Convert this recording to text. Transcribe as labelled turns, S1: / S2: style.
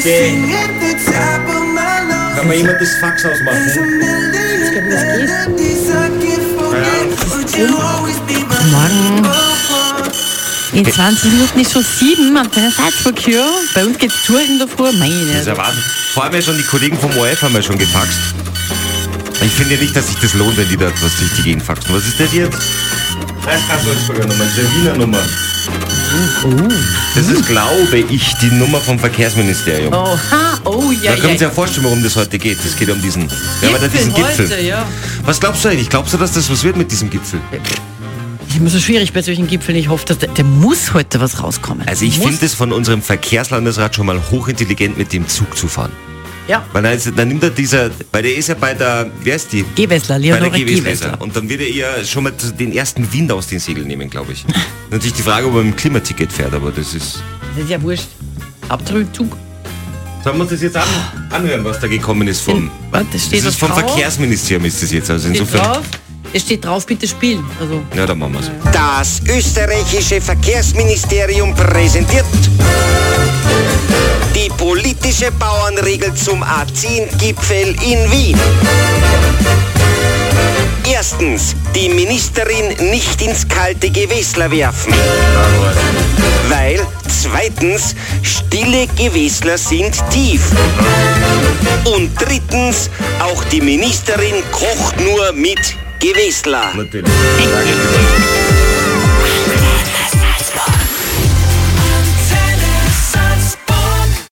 S1: Sing at the top of my lungs.
S2: Kann mal jemand das Fax ausmachen?
S1: There's a million melodies I can't forget. Would you always be my
S3: Morgen.
S1: number one?
S3: In 20 Minuten ist schon sieben am Salzburg hier. Bei uns geht's Tour in der Früh.
S4: Das ist ja
S3: Meine.
S4: Wahnsinn. Vor allem ja schon die Kollegen vom ORF haben ja schon gefaxt. Ich finde ja nicht, dass sich das lohnt, wenn die da was durch die Gegend faxen. Was ist das jetzt?
S2: Das ist keine Salzburger Nummer, das ist eine Wiener Nummer.
S4: Das ist, glaube ich, die Nummer vom Verkehrsministerium.
S3: Oh, ha, oh, ja,
S4: da können Sie
S3: ja.
S4: ja vorstellen, worum das heute geht. Es geht um diesen, wir haben ja da diesen Gipfel.
S3: heute, ja.
S4: Was glaubst du eigentlich? Glaubst du, dass das was wird mit diesem Gipfel?
S3: Ich muss so schwierig bei solchen Gipfeln. Ich hoffe, dass der, der muss heute was rauskommen.
S4: Also ich
S3: Muss.
S4: finde es von unserem Verkehrslandesrat schon mal hochintelligent, mit dem Zug zu fahren.
S3: Ja.
S4: Weil dann, ist, dann nimmt er dieser, weil der ist ja bei der, wer ist die?
S3: Gewessler,
S4: Bei der
S3: Leonore Gewessler.
S4: Gewesleser. Und dann wird er ihr schon mal den ersten Wind aus den Segeln nehmen, glaube ich. Natürlich die Frage, ob er mit dem Klimaticket fährt, aber das ist...
S3: Das ist ja wurscht. Abtrübzug.
S4: Sollen wir uns das jetzt an, anhören, was da gekommen ist vom...
S3: Warte, steht
S4: das ist
S3: das
S4: vom
S3: drauf?
S4: Verkehrsministerium ist das jetzt, also
S3: Steht
S4: insofern...
S3: drauf. Es steht drauf, bitte spielen. Also,
S4: Ja, dann machen wir's.
S5: Das österreichische Verkehrsministerium präsentiert die politische Bauernregel zum A10-Gipfel in Wien. Erstens, die Ministerin nicht ins kalte Gewässler werfen. Weil, zweitens, stille Gewässler sind tief. Und drittens, auch die Ministerin kocht nur mit Gewässler.
S4: Natürlich. Danke.